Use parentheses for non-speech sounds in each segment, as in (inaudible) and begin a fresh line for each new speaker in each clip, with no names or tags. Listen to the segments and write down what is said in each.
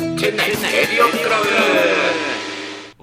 エリオンクラ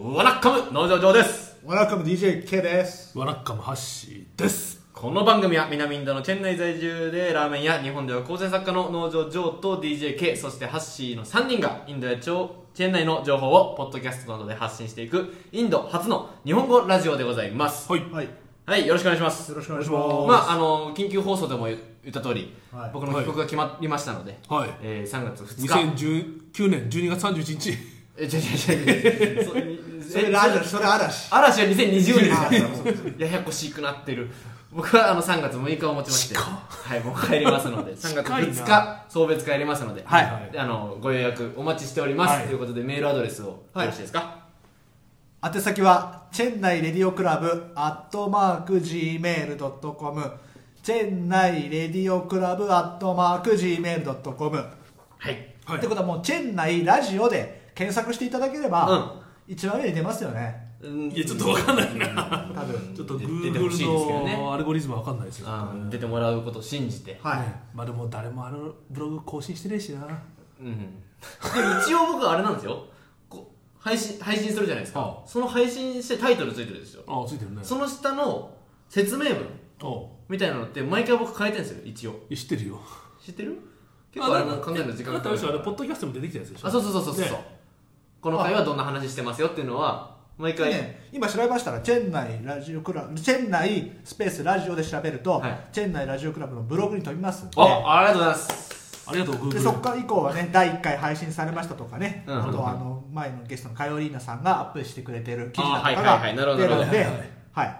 ブワラッカム農場上です
ワラカム DJK です。
ワラッカムハッシーです。
この番組は南インドのチェン内在住でラーメンや日本では構成作家の農場上と DJK そしてハッシーの3人がインドやチョチェン内の情報をポッドキャストなどで発信していくインド初の日本語ラジオでございます
はい。
はい。よ
はいよろしくお願いします
ろしくお願いします。
まああの緊急放送でも言った通り、
はい
僕の帰国が決まりましたので、
はい。
えー、3月2日
2019年12月31日。
え違う違う違うそ
それラジオ、それ嵐。
嵐は2020年です
あそうそ
か
う
ら (laughs) ややこしくなってる僕はあの3月6日をもちまして
近っ
はいもう帰りますので3月
近いな
2日送別会やりますのではい
はい
あのご予約お待ちしております、
はい
ということでメールアドレスをよろしいですか、
宛先は、チェンナイレディオクラブ、アットマーク、gmail.com。チェンナイレディオクラブ、アットマーク、gmail.com。
はい
はい。
ってことはもう、チェンナイラジオで検索していただければ、一番上に出ますよね。
うん
いや、ちょっとわかんないな。
多分。
ちょっと
出出てほしいで
Google
すけどね
のアルゴリズムわかんないですよ。
あー出てもらうことを信じて、
はい。
ねまあでも誰もあのブログ更新してねえしな。
うん、でも一応僕はあれなんですよこう配信配信するじゃないですか、
は
その配信してタイトルついてるんですよ
あ、ついてるね。
その下の説明文
お
みたいなのって毎回僕変えてるんですよ一応
う知ってるよ。
知ってる結構あれも考えるの時間
だ
かかる
ってあれでしょあれ、ポッドキャストも出てきたやつでしょ。
あそうそうそうそうそう、
ね
この回はどんな話してますよっていうのは毎回、
ね、今調べましたらチェンナイラジオクラブチェンナイスペースラジオで調べると、
はい
チェンナイラジオクラブのブログに飛びますんで
あありがとうございます
ありがとう、Google。
でそこから以降はね第1回配信されましたとかね、
うん
あとはあの前のゲストのカヨリーナさんがアップしてくれてる記事
あ
だ
ー
とか
はいはいはいなるほど
が出るの
な
で
るほど
はい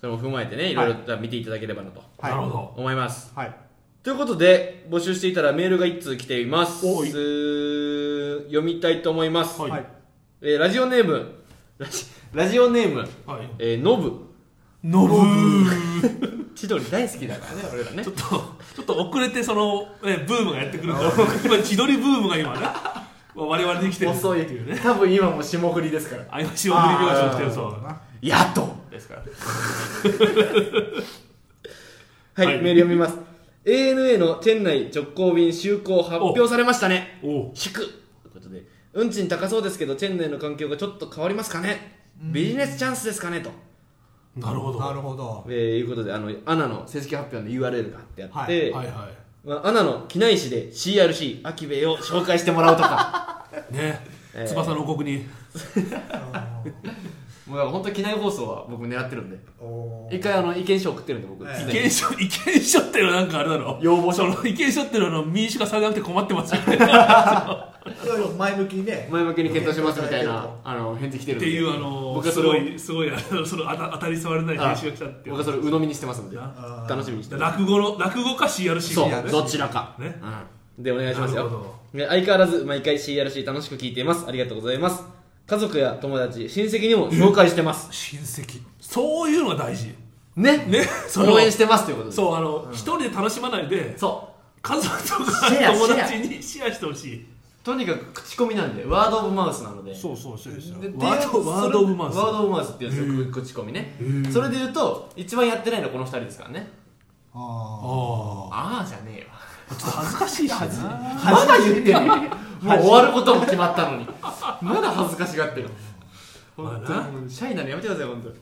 それも踏まえてねいろいろじゃあ見ていただければなと
はい
なるほど。
思います
はい
ということで募集していたらメールが1通来ています
おい
読みたいと思います、
はい
はい
えーラジオネームラジラジオネーム
はい。
えーノブ
ノブ
千鳥大好きだからね俺らね
ちょっと、ちょっと遅れてその、ね、ブームがやってくるから、今、千鳥ブームが今ね、我々に来てる
遅い
っていうね。
多分今も霜降りですから
あいましおぶり拍子が来てる
あ
そう。
やっとですからはい、
はい
メール読みます ANA の店内直行便就航発表されましたね
おう
引くということで運賃高そうですけど店内の環境がちょっと変わりますかねビジネスチャンスですかねと、
なるほど。
な
は
るほど
えーいうことであのアナの正式発表の URL があってあって、
はい
いは
まあ、アナの機内誌で CRC アキベイを紹介してもらうとか
い。ね、
えー
翼の王国に。
(laughs) もう本当機内放送は僕狙ってるんで
おー
一回あの意見書送ってるんで僕、
はい
す
意
でに
見書、意見書っていうのはなんかあれだろ。
要望書
その意見書っていうのは民主化されなくて困ってま
(laughs)
すよね
いろいろ前向きにね
前向きに検討しますみたいなあの返事来てるん
っ
で
ていう、あの、
僕は
す
それを
ごい、すごい、あのそのあた当たり障りない
あ
編集が来たってい
僕は
う。
それを鵜呑みにしてますんで
あ
楽しみにしてます
落語の、落語か CRC
そ
か
う
ね
どちらか、
ね
うん、でお願いします
なるほ
よね相変わらず毎回 CRC 楽しく聞いていますありがとうございます家族や友達親戚にも紹介してます
親戚。そういうのが大事。
(laughs) ね
ね、その
応援してますということで
そう、あの、一人で楽しまないで、
そ
家族とか
シェア
友達にシェアしてほしい。
うとにかく口コミなんでワード・オブ・マウスなので
うそう、そうですよ
で
ワー
っていう
ド、ワードオブマウス
それ。ワード・オブ・マウスっていうやつ口コミねそれで言うと一番やってないのはこの二人ですからね
あ
あ
ああじゃねえわ
あ。ちょっと恥ずかしいしな。
まだ言ってるもう終わることも決まったのに (laughs) まだ恥ずかしがってる本当にもうシャイなのやめてください本当に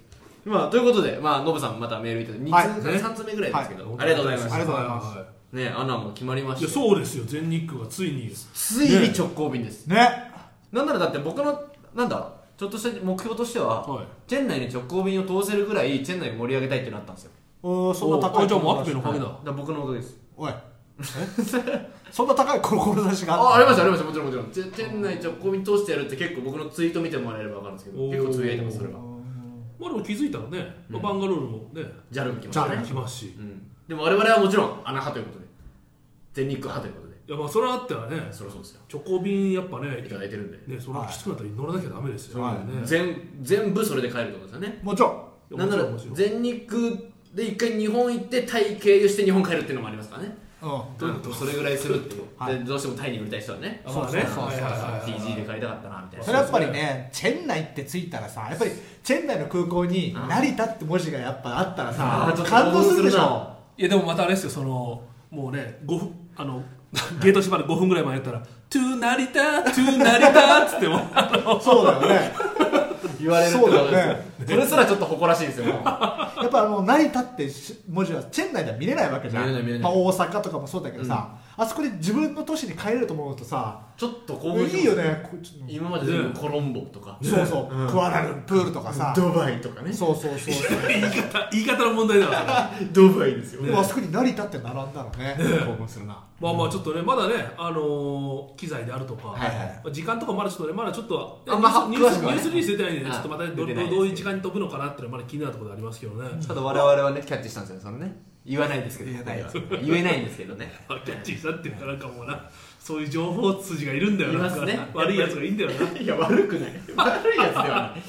まあということでまあノブさんまたメールいただいて
はい
2通から3通目ぐらいですけど、
はい
ありがとうございま
あり
し
がとうございます
は
たねアナも決まりま
いや
した
そうですよ全日空がついに
ついに直行便です、
ーね
なんならだって僕のなんだちょっとした目標としては、
はい
チェン内に直行便を通せるぐらいチェン内を盛り上げたいってなったんですよ
おーそんな高
お
い
じゃあもうアップルのおかげ
だ
だ
から僕のおかげです
おい (laughs) そんな高い志が
ああ
あ
り
る
ましたありましたもちろんもちろんチェチェン内直行便通してやるって結構僕のツイート見てもらえれば分かるんですけど
おー
結構つぶやいてますそれは
まあでも気づいたらね、まあバンガロールもね
JAL も来ま
ジ
した
ャ
ね
ル来ますし、い
うんでも我々はもちろん穴派ということで全日空派ということで
やまあそれはあってはね
そりゃそうですよ
チョコ便やっぱ
い
ね
ただいてるんで、
ねそれはきつくなったら乗らなきゃダメですよ、
はい
ね
全全部それで帰るってことですよね
もちろん
いや
なんなら
もちろんもち
全日空で一回日本行ってタイ経由して日本帰るっていうのもありますからね
うん
どういうことそれぐらいするっていう、
はい
でどうしてもタイに売りたい人はね
あまあね
そうそうそう
はいはいはいはい
TG で帰りたかったなみたいな
それはやっぱりね、チェンナイって着いたらさ、やっぱりチェンナイの空港に
うん
成田って文字がやっぱあったら
あーちょ
さ
っ、と
感動するで
興奮す
し
るな
ょ。
(laughs) いやでもまたあれですよそのもうね5分あのゲート縛る5分ぐらい前やったら「トゥーナリタトゥーナリタ」っつってもあの
そうだよね
言われるって
そ
こ
う
と
だ
で
よ
す
ね
それすらちょっと誇らしいですよもう
やっぱあの成田ってし文字はチェン内では見れないわけじゃん
見れない見れない
まあ、大阪とかもそうだけどさ、あそこで自分の都市に帰れると思うとさ
ちょっと興奮します
いいよねこうちょっと
今まで全部コロンボとか、
そうそう、
うん
クアラルンプールとかさ、
ドバイとかね
そうそうそうそう
言い方言い方の問題だから
(laughs) ドバイですよ
でもあそこに成田って並んだのね興奮するな
まあまあちょっとね、まだね、あのー機材であるとか、
はいはい
まあ時間とかまだちょっとね、まだちょっと、
あんま
ニュー
詳し
ス
く
ニ
は
ュ
ね
ースリリース出てないんでね、
あ
ちょっとまたど
出てない
どういう時間に飛ぶのかなっていうのはまだ気になるところでありますけどね。
ただ我々はねキャッチしたんですよねそのね言わないですけど
言えないです
言えないんですけどね
まあキャッチしたっていうか、なんかもうな、そういう情報筋がいるんだよな、
いますね
なんか悪いやつがいいんだよな。
いや悪くない悪いやつではない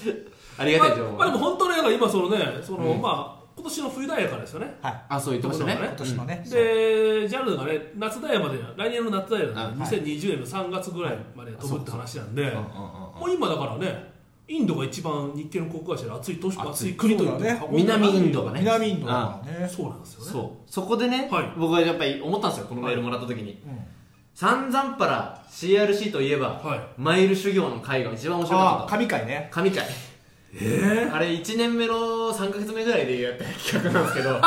ありが
ま
たい
あ
情報、
まあでも本当ね、なんか今そのね、その、
うん
まあ、今年の冬ダイヤからですよね。
はい
あそう言ってましたね
今
今年のね、
で、JAL がね、夏ダイヤまで、来年の夏ダイヤがね、
あはい
2020年の3月ぐらいまで飛ぶって話なんで、
うんうん
もう今だからね、インドが一番日系の航空会社で熱い都市、
熱い
熱い国というか
そうだね
南インドがね
南インドだからね
そうなんですよね。
そうそこでね、
はい
僕はやっぱり思ったんですよこのメールもらった時に、
うん
散々パラ CRC といえば、
は
マイル修行の会が一番面白か
あ
っ
あ
たと
神回ね
神回
え
あれ1年目の3か月目ぐらいでやった企画なんですけど (laughs)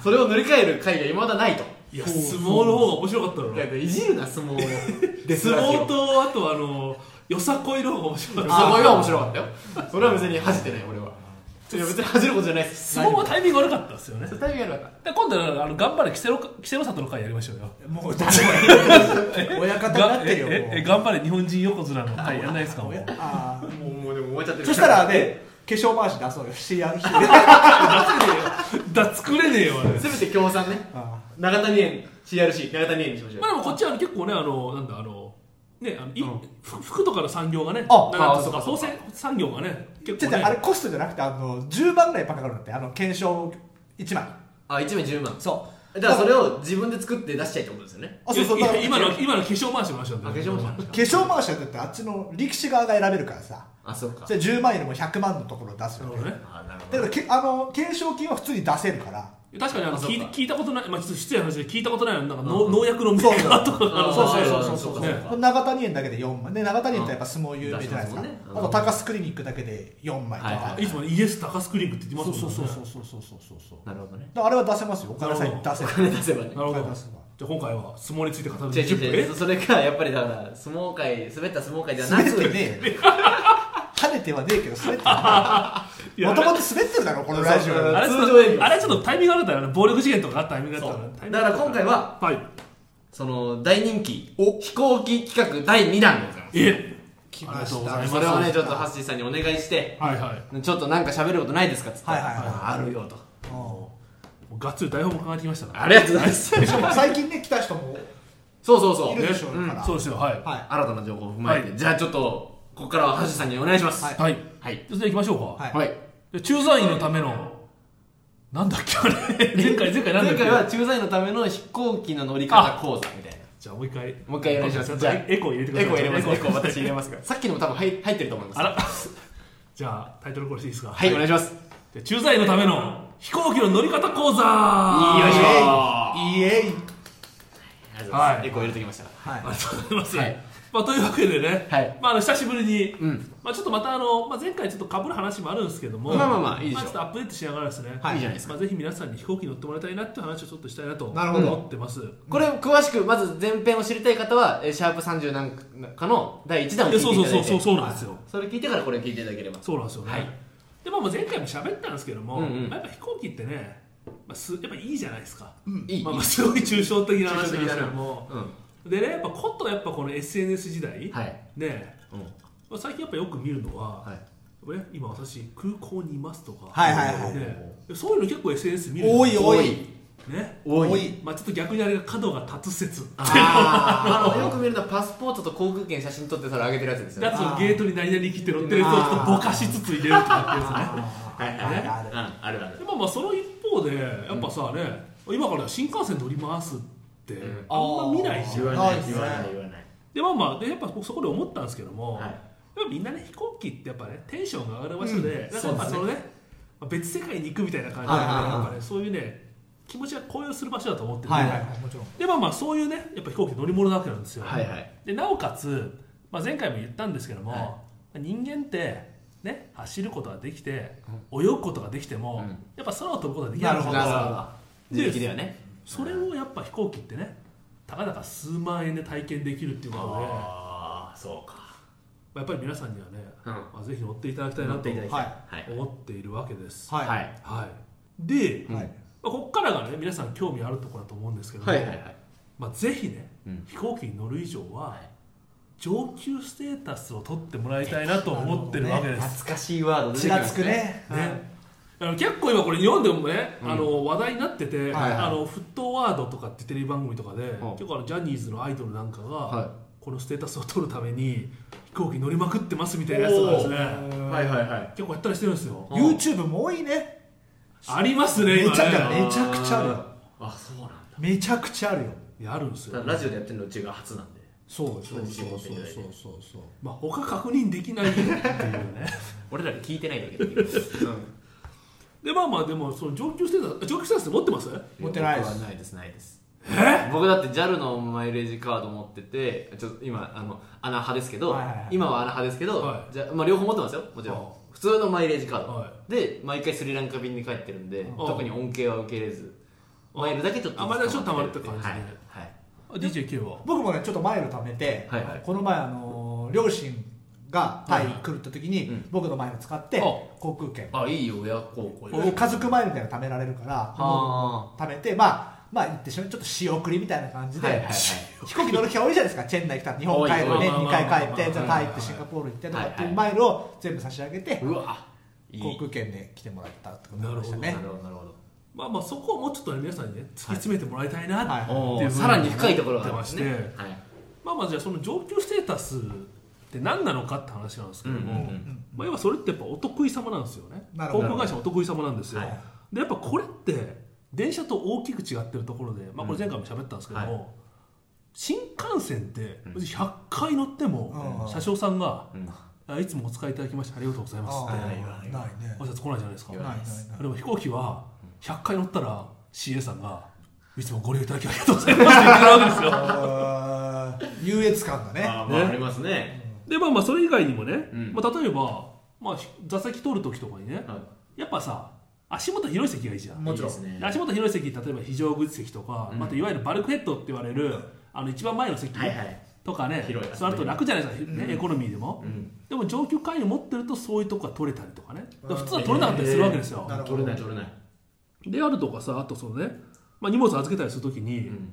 それを塗り替える会がいまだないと
ー、いや、
そう
相撲の方が面白かったの
だ
よ
っていじるな相撲を
デス
相
ラジオ
撲と、あとあの、よさこいの方が面白かっ
相
た。
撲は面白かったよそれは別に恥じてない俺はいや別に恥じることじゃないです
相撲はタイミング悪かったですよね。
タイミング悪かっ
で今度はあの頑張れキセロキセロ里の会やりましょうよ。
もう誰も親方になってるよ
がえええ頑張れ日本人横綱の会やんないですか。もう
あ
たもうもうでも終わっちゃって
ー
る
そしたらね化粧回し出そうよ CRC
だ作れねえよあれ。
せめて共産ね
あ
長谷園 CRC 長谷園にしましょう
まあでもこっちは結構ねあのなんだあのねあのい、
うん
ふ服とかの産業がね
あ
なんか
あそうか
縫製産業がね
ー
結
ちょっ
構ね
とあれコストじゃなくてあの10万ぐらいバカかかるんだってあの検証1枚
あ1名10万
そう
だからそれを自分で作って出しちゃいってことですよね
あそうそう
いや
だから
今の今の化粧回しの話なんだ
あ
よ
化粧もしまし
化粧回しはだってあっちの力士側が選べるからさ
たあそうか
それ10万よりも100万のところを出す
な
よ
るほどね
あなる
だからけあの懸賞金は普通に出せるから
確かにあの
あそうか
聞い聞いたことない、まあ、ちょっと失礼な話で聞いたことないよなんか
う
農
ん
農薬のメーカーとかがあ
あ
の
そう
そうそう
そうそう
ね
そう
長谷園だけで4枚で長谷園ってやっぱ相撲有名じゃないですか、
うん出しますもんね
あと高須クリニックだけで4枚とか、
はいはい
いつもねイエス高須クリニックって言って
そう
ます
そ
も
うん
ね
そうそうそうそうそうそうそう
なるほどね
だからあれは出せますよお金さえ出せ
お
ば
金出せばね
なるほ
お
ど
金出せば
じゃあ今回は相撲について語る
違う
10分
違う違うそれかやっぱりだから相撲界滑った相撲界じゃな
滑って
く
ねえよ跳ねてはねえけど滑ってないもともと滑ってるだろこのラジオ
そうそう
あれちょっ
通常営業
とあれちょっとタイミングがあったよね暴力事件とかあったタイミングがあったよね
そうだから今回は
はい
その大人気飛行機企画第2弾でございます
え
来
ありがとうございます
それをねちょっとハッシーさんにお願いして
はいはい
ちょっとなんか喋ることないですかっつって、
はいはいはい
あるよと
もうがっつり台本も考えてきましたから
ありがとうございます
しかも最近ね来た人も
そうそうそう
いるでしょう
うん
から、
そうですよはいは
は
新たな情報を踏まえて、
は、
じゃあちょっとここからはハッシーさんにお願いします
はいい
はい
それで行きましょうか、
はい
はい
で駐在員のためのなんだっけあれ前回前回なんだ
前
っ
回
け
は駐在のための飛行機の乗り方講座みたいな
じゃあもう一回
もう一回お願いします
じゃあエコー入れてくださ
エ
い
コー入れますエコ
コ
ー私入れますから (laughs) さっきのも多分入入ってると思います
あらじゃあタイトルコールしていいですか
はいお願いします
で駐在員のための飛行機の乗り方講
い
座
いよいいよ
いイエイイエイ
ありがとうございま
は
す
い
エコー入れてきました
は
あ
い
りがとうございます、
はい
まあ、というわけでね、
はい
まあ、あの久しぶりに、
うん
まあ、ちょっとまたあの、まあ、前回ちょっとかぶる話もあるんですけども、
まあまあまあいいでしょう
ちょっとアップデートしながらですね、
はいいいじゃないです
まあ、ぜひ皆さんに飛行機に乗ってもらいたいなっていう話をちょっとしたいなと
なるほど
思ってます。
これ詳しくまず前編を知りたい方はえーシャープ30なんかの第1弾を聞
で
いて
そう
い
そ
た
う
だいう
そ
て
そうそうなんですよ。
それ聞いてからこれ聞いていただければ
そうなんですよね。
はい
でまあ、まあ前回も喋ったんですけども、
うんうん
まあやっぱ飛行機ってね、まあ、すやっぱいいじゃないですか。
いい
まあ、まあすごい抽象的な話なんですけども、
うん
でねやっぱことやっぱこの SNS 時代、
はい
ね、
うん
まあ、最近やっぱよく見るのは。
はい
ね今私空港にいますとか、
はいはいはい
ねそういうの結構 SNS 見る
多い多い
ね
多い
多い
まあちょっと逆にあれが角が立つ説
あーあのよく見るのはパスポートと航空券写真撮ってそれ上げてるやつですよ
だ
ね
とゲートに何々切って乗ってる人をちょっとぼかしつつ入れるとか
あ
はいはい
ーあるある
はいうんあるあ
っ
る
ていうやつねでもまあその一方でやっぱさね、今から新幹線乗りますって
ん
あんま見ないじゃん、
あーないですね
言わない
でまあまあでやっぱそこで思ったんですけども、
はい
やっぱみんなね飛行機ってやっぱねテンションが上がる場所で、
ん
なんかやっぱそ
そ
の
う
ね
で
まあ別世界に行くみたいな感じで、
はいはいはい
なんかねそういうね気持ちが高揚する場所だと思ってる、
はいはいもちろん
でまあまあそういうねやっぱ飛行機乗り物なわけなんですよ、
はいはい
でなおかつ、まあ、前回も言ったんですけども、
はい
まあ人間ってね走ることができて泳ぐことができても、
うん
やっぱ空を飛ぶことができない
なるほど
じゃないですか
なるほど
で
自力ではね
それをやっぱ飛行機ってねたかだか数万円で体験できるっていうことでま
ああそうか
あやっぱり皆さんにはね、
うん
まあ、ぜひ乗っていただきたいな
乗っ
と
ていただき
は
た
い
いはい
思っているわけです、
はい
は
はい
い
はいで、
は
ま
い
あ、ここからがね皆さん興味あるところだと思うんですけども、
はいはいはい
まあ、ぜひね、
うん
飛行機に乗る以上は
はい
上級ステータスを取ってもらいたいなと思ってるわけです、
懐かしいワード出て
ち
きま
ら
し
つ
た
くねはい
ねあの結構今これ日本でもね、あの話題になってて、
はいはい
あのフットワードとかってテレビ番組とかで、
うん
結構あのジャニーズのアイドルなんかが、
はい
このステータスを取るために飛行機乗りまくってますみたいなやつとかですね
はいはいはい
結構やったりしてるんですよ、
うん
YouTube も多いね
ありますね
めち
今
ゃくちゃ
ね
めちゃくちゃあるよ
あそうなんだ
めちゃくちゃあるよ
いやあるんですよ、
ラジオでやってるのうちが初なんで
そう
そうそうそうそう
そうそう
まあ、他確認できないっていうね (laughs)
俺らに聞いてないんだけど、うん、
でまあまあでもその上級ステータス上級ステータス持ってます
持ってないです
僕はないですないです
え
僕だって JAL のマイレージカード持っててちょっと今あの穴派ですけど、
はいはいはい
今は穴派ですけど、
は
じゃまあ、両方持ってますよもちろん、
は
普通のマイレージカード、
は
で毎回スリランカ便に帰ってるんで、
あ
特に恩恵は受け入れず
あ
マイルだけちょっと
あマイルだけちょっと溜まるって感じで
はいはい
DJK は
僕もねちょっとマイル貯めて、
はいはい
この前あのー両親がタイに来るった時に、
うん
僕のマイル使って
あ
航空券
あいいよ親孝行
を家族マイルみたいなの貯められるから
あ
貯めてまあまあ言ってしまうちょっと仕送りみたいな感じで、
はいはいはい
飛行機乗る機会多いじゃないですかチェンナイ来たら日本帰る
多い
ね
まあ
まあ
2
まあ
回帰っ
まあ
てじゃあタイ行ってシンガポール行ってとかってい
は
う
いは
マイルを全部差し上げて
うわいい
航空券で来てもらったってことなんでした
な
ね
るほどなるほど
まあまあそこをもうちょっとね皆さんにね突き詰めてもらいたいなって
はい
おー
いうふうに
さらに深いところがあ
思
り
ってま
ま
し
す
て
ねはい
まあまあじゃあその上級ステータスって何なのかって話なんですけども、
うんうんうん
まあ、要はそれってやっぱお得意様なんですよね
なるほ
航
ど
空会社お得意様なんですよ、
はい
でやっぱこれって電車と大きく違ってるところで、まあ、これ前回も喋ったんですけども、
うん
新幹線って別に100回乗っても
うん
車掌さんが
うん
「あいつもお使いいただきましてありがとうございます」って
あ
ない
ーないね
挨拶来ないじゃないですか
言
ない
わ
ない
あでも飛行機は100回乗ったら CA さんが「いつもご利用いただきありがとうございます」って言ってるわけですよ
ないあー優越感だね
あーまあ
ね
ありますね
でまあまあそれ以外にもね、
うん
まあ、例えば、まあ、ひ座席取る時とかにね
はい
やっぱさ足元広い席がいいじゃん、
もちろん
いいですね
足元広い席例えば非常口席とか、
うん
またいわゆるバルクヘッドって言われるあの一番前の席
はいはい
とかね、
広いやつ
座ると楽じゃないですか、ねエコノミーでも、
うん
でも上級会員を持ってるとそういうとこが取れたりとかねだから普通は取
取
れなかったりするわけですよ、
なるほど
取れない取れない
であるとかさあとそのね、まあ、荷物預けたりするときに、
うん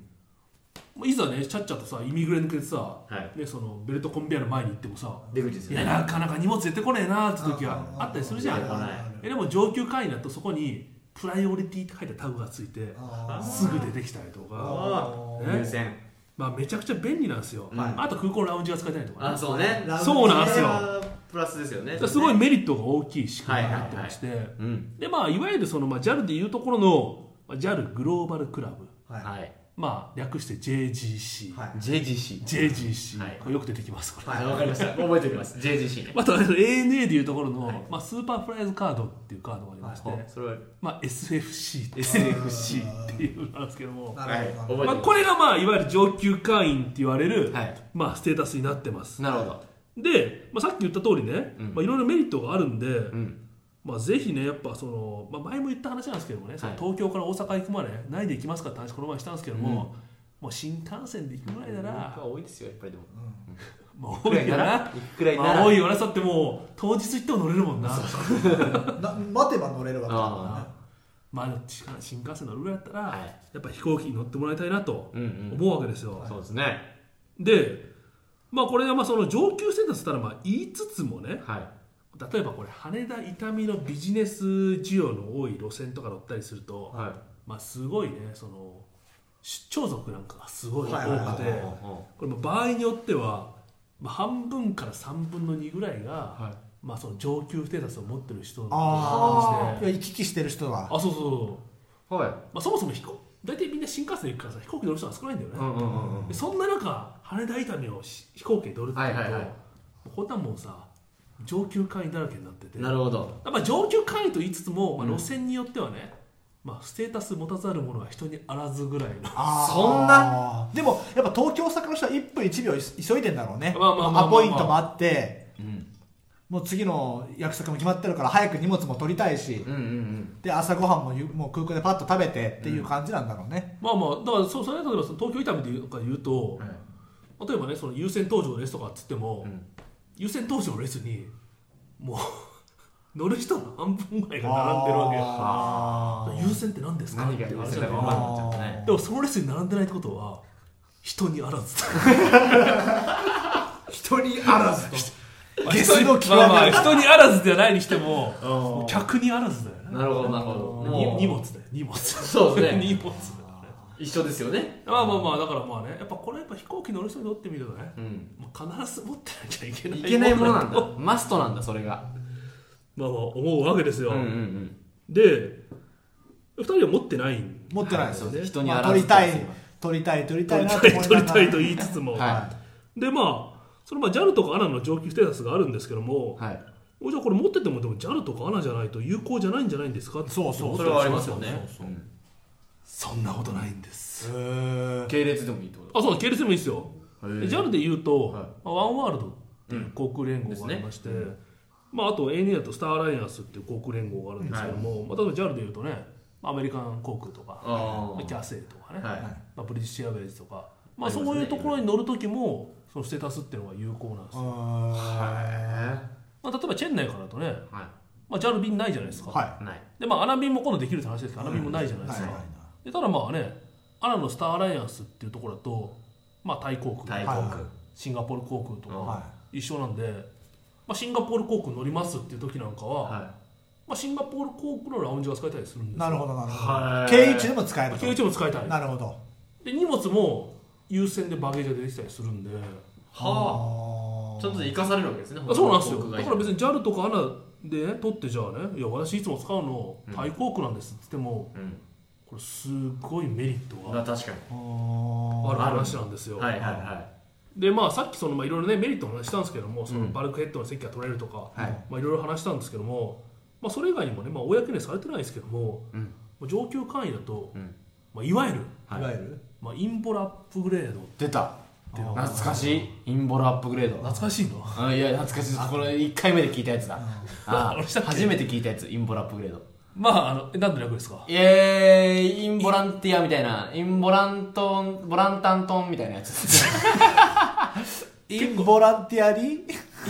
まあいざねちゃっちゃとさイミグレ抜けてさ、
はい
ね、そのベルトコンベヤーの前に行ってもさ
出口です
い
よ
や
ね
なかなか荷物出てこねえなーって時はあったりするじゃ
うん
んえでも上級会員だとそこにプライオリティって書いたタグがついて
あー
すぐ出てきたりとか、
あ
ね
ー優先
まあ、めちゃくちゃ便利なんですよ、
はい
あと空港のラウンジが使えたりとか、
あ
ね、
そうね
ラウンジ
そうなんですよ
それはプラスですよね
だからすごいメリットが大きい仕組みになってまして、
うん
でまあ、いわゆるその、まあ、JAL でいうところのまあ JAL グローバルクラブ、
はい
はい
まあ、略して JGC、
はい
JGC
JGC、
はい
これよく出てきますこれ、
はいわかりました覚えておきます JGC ね
あとあの ANA でいうところの、まあ、スーパーフライズカードっていうカードがありまして、
それは
まあ、SFC って SFC っていうのなんですけども、
な
はい
るほ
覚
ど
え
ま
て
あ、
おき
これがまあいわゆる上級会員って言われる、
はい
まあ、ステータスになってます
なるほど
で、まあ、さっき言った通りね
うん
まあいろいろメリットがあるんで、
うん
まあ、ぜひねやっぱその、まあ、前も言った話なんですけどもね、その東京から大阪行くまで何で行きますかって話この前したんですけども、
うん
もう新幹線で行くぐらいなら、
多いですよやっぱりでも
まあ、多いよな
行くくらいな
まあ、
ら
多いよなさってもう当日行っても乗れるもんな
うんな待てば乗れるわけだからね
まあでも新幹線乗るぐらいだったら、
はい
やっぱ飛行機に乗ってもらいたいなと
うんうん
思うわけですよ、
そうですね
で、まあ、これがまあその上級生だとしたらまあ言いつつもね
はい
例えばこれ羽田伊丹のビジネス需要の多い路線とか乗ったりすると、
はい
まあ、すごいねその出張族なんかがすごい多
はいはいは
く
い
て
はい
これも場合によっては、まあ、半分から3分の2ぐらいが、
は
まあ、その上級ステータスを持ってる人
あ
なん
あ
ですね
行き来してる人は
あそうそうそう
いはい
まあ、そもそも飛行大体みんな新幹線行くからさ飛行機乗る人が少ないんだよね、
うんうんうんうん
でそんな中羽田伊丹をし飛行機で乗るって
はい
いうと、も
うはいはい
こんなんもうさ上級会員だらけになってて
なるほど
まあ、上級会員と言いつつも、まあ、
うん
路線によってはね、まあ、ステータス持たざる者は人にあらずぐらいの (laughs)
あー
そんな
でもやっぱ東京大阪の人は1分1秒急いでんだろうね
まあまあまあまあまあ
アポイントもあって
うん
もう次の約束も決まってるから早く荷物も取りたいし、
うんうんうん
で朝ごはんもゆもう空港でパッと食べてっていう感じなんだろうね、
まあまあだからそうそれは例えばその東京炒めとかで言うと、
はい
例えばねその優先登場ですとかっつっても、
うん
優先登場列にもう (laughs) 乗る人の半分ぐらいが並んでるわけや
あ
から
ー
優先って何ですか
何が
って
優
話
先だ
だか
から分かんなくなっちゃってね
でもその列に並んでないってことは人にあらず
人にあらずとゲスの極み
まあまあ人にあらずではないにしても
うん
客にあらずだよね
なるほどなるほど
に
もう
荷物だよ荷物
そうですね
(laughs) 荷物だよね
一緒ですよね
まあまあまあだからまあねやっぱこれやっぱ飛行機乗る人にとってみるとね、
うん
もう必ず持ってなきゃいけない
いけないものなん
と
だ (laughs) マストなんだそれが
まあまあ思うわけです
う
よ、
んうんうん
で2人は持っ
(laughs)
てないん
持ってないですよ
はいそう
ね、
です人に
ま
あ
あ、
ら
取
ず
り
と
たい取りたい取りた
取
い
り
な
たい
思
取りたい
なが
と
ら
言いつつも、
は
でまあそのまあ JAL とか ANA の上級ステータスがあるんですけども、
はい
じゃあこれ持っててもでも JAL とか ANA じゃないと有効じゃないんじゃないんですかって
そうそう
それはありますよ
そう
ね
そうそう
うん
そんなことないんです
へー
系列でもいいってこと
あそう系列でもいいですよで JAL で言うと、
はい
まあワンワールドっていう航空連合がありまして、まあ、あと ANA だとスターアライアンスっていう航空連合があるんですけども、まあ、例えば JAL で言うとねまあアメリカン航空とか
あー
キャセイとかね、
はい
まあ、ブリティッシュエアウェイズとか、ま
ありま
あ、
す
そ
ね
ういうところに乗る時もそのステータスっていうのが有効なんです
う
よ、
んは
まあ、例えばチェン内からだとね、
は
まあ、JAL 便ないじゃないですか、
は
ない
でまあアナ便も今度できるって話ですけどアナ便もないじゃ
い
ないで
は
す
い
か、
はい
でただまあねアナのスターアライアンスっていうところだと、まあ、タイ航空
タイ航
はい
空
シンガポール航空とか、
は
一緒なんで、まあ、シンガポール航空乗りますっていう時なんかは、
は
まあ、シンガポール航空のラウンジが使えたりするんで
い
す
なるほどなる
は
ほど
い
経由地でも使え
ど
る
経由地も使えた
と
り
なるほど
で荷物も優先でバゲージが出てきたりするんで
はあ
あ
ちょっと生かされるわけですね
あそうなんですよ
航空
だ
会社
から別に JAL とか ANA でね取ってじゃあねいや私いつも使うのタイ航空なんですって言っても、
うん
これすごいメリット
ま
が
あ確かに
ある
あ
話なんですよ、
はいはいは
でまあさっきそのまあいろいろねメリットの話したんですけどもその
うん
バルクヘッドの席が取れるとか、
はい
まあいろいろ話したんですけども、まあ、それ以外にもね、まあ、公にはされてないですけども、
うん
まあ上級会員だと、
うん
まあ、いわゆる、
はい
いわゆる
まあ、インボラアップグレードっ
出た
ていうのが
懐かしいインボラアップグレード
懐かしいの
あいや懐かしいですこれ1回目で聞いたやつだ (laughs) あ
俺したっけ
初めて聞いたやつインボラアップグレード
まああのえなんで楽ですか
えー、インボランティアみたいなインボラントンボランタントンみたいなやつです (laughs) ね
インボランティアリー
イ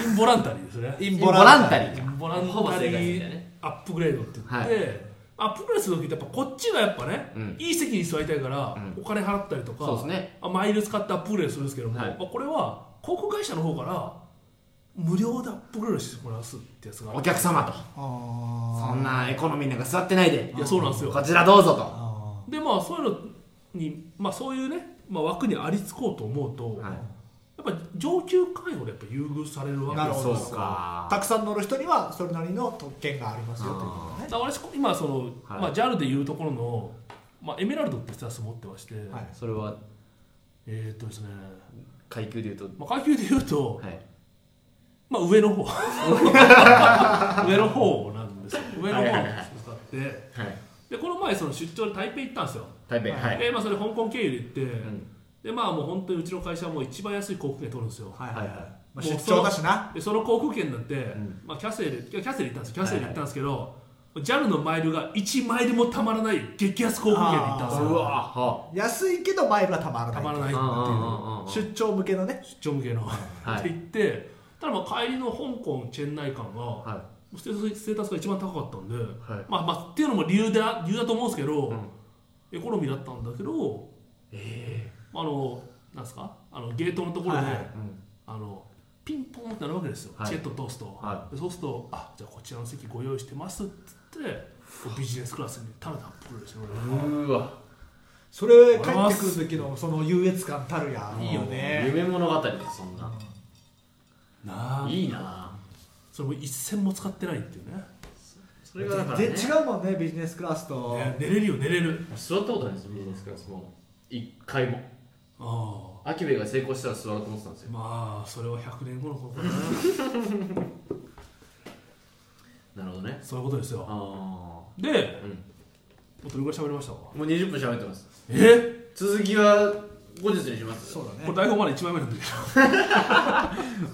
ンボランタリーですね
イ
インボランタリ
イ
ーか
ンボラン
ほぼ
タ
正解で
リ
す
ー
ね
アップグレードって言って、
は
アップグレードする時ってやっぱこっちがやっぱね、
うん
いい席に座りたいから、
うん
お金払ったりとか
そうですね
あマイル使ってアップグレードするんですけども、
はい
まあ、これは航空会社の方から無料でアップグレードしてもらうってやつがあ
お
る
客様とそ
そ
んなエコノミーなんか座ってないで
いやそうなんですよ
こちらどうぞと
でまあそういうのに、まあ、そういうね、まあ、枠にありつこうと思うと、
はい
やっぱ上級会ほどやっぱ優遇されるわけ
なるほど
そうか
たくさん乗る人にはそれなりの特権がありますよということね
だから私今その、
はい
まあ、JAL でいうところの、まあ、エメラルドってスタス持ってまして、
はい
それは
えーっとですね、
階級でいうと
まあ、階級でいうと、
はい
まあ、上の
(laughs)
方上の方なんですよ上の方なんですよ使って
はい
でこの前その出張で台北行ったんですよ、
台北
は
はい
でまあ、それ香港経由で行って、
うん
でまあもう本当にうちの会社はもう一番安い航空券取るんですよ
はい
は
はいい
は
はいいまあ出張だしな
でその航空券なんて、
ん
まあ、キャセイでキャキャセイで行ったんですキャセイで行ったんですけど、JAL のマイルが1マイルもたまらない激安航空券で行ったんです
あー
う
よ
わは
安いけどマイルはたまらない
たまらない
あ
って
うんうん
いう
うんうん
出張向けのね
出張向けの、
い
って言ってただまあ帰りの香港チェン内間が
は
ステータスステータスが一番高かったんで、
はい
まあまあっていうのも理由だ理由だと思うんですけど、
うん
エコノミーだったんだけど、
いえ
まあ、あのなんですかあのゲートのところで、
はいはい
えうん
あのピンポンってなるわけですよ、
はい
チケット通すと、
は
でそうすると「あじゃあこちらの席ご用意してます」って言ってこうビジネスクラスにただでアップルしてもらう
うわ
それ帰ってくる時のその優越感たるやいいよね
夢物語ですそんな
なあ
いいな
それも一銭も使ってないっていうね
それがだからね
全然違うもんねビジネスクラスと
ね寝れるよ寝れる
座ったことないですビジネスクラスも一回も
あ
アキベが成功したら座ろうと思ってたんです
あ
よ
まあそれは100年後のことか
(laughs)
な
なるほどね
そういうことですよ
あ
で
あうん
もうどれぐらい喋りましたか
もう20分喋ってます
え
続きは後日にします
そうだ
これ
ね
台本まで1枚目なんで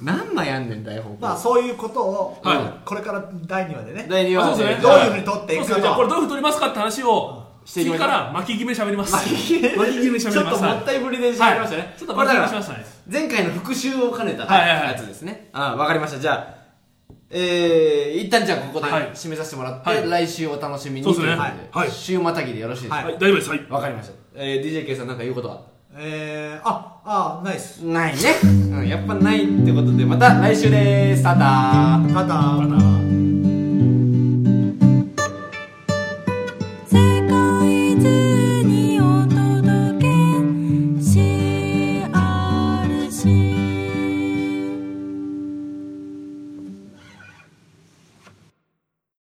何枚やんねん台本
まあそういうことを、
は
これから第2話でね
第2話
あそうですね
どういうふう
に
に取ってい
そう
く
そ
か
うじゃあこれ
と
どういうふうに撮りますかって話を
していきまし
次
ょう
から巻き決め喋ります巻
き決め
き決
ちょ
め喋
っ
りま
と
す
もったいぶりでしまいましたね、
ちょっと
こ
巻
れ
き
だ
決
か
めしま
ら
したね
前回の復習を兼ねた
はいはいはい
やつですね、ああ分かりましたじゃあえー、一旦じゃあここで
はい
締めさせてもらって、
はい
来週お楽しみに
そうで
とい
すね
うことで
はいはい
週またぎでよろしいですか、
は
わ
い
はい大丈夫ですはい
かりました、えー、DJK さんなんか言うことは
えー、ああナイス
ないね、うん、やっぱないってことでまた来週ですただー
ただ
バイバイ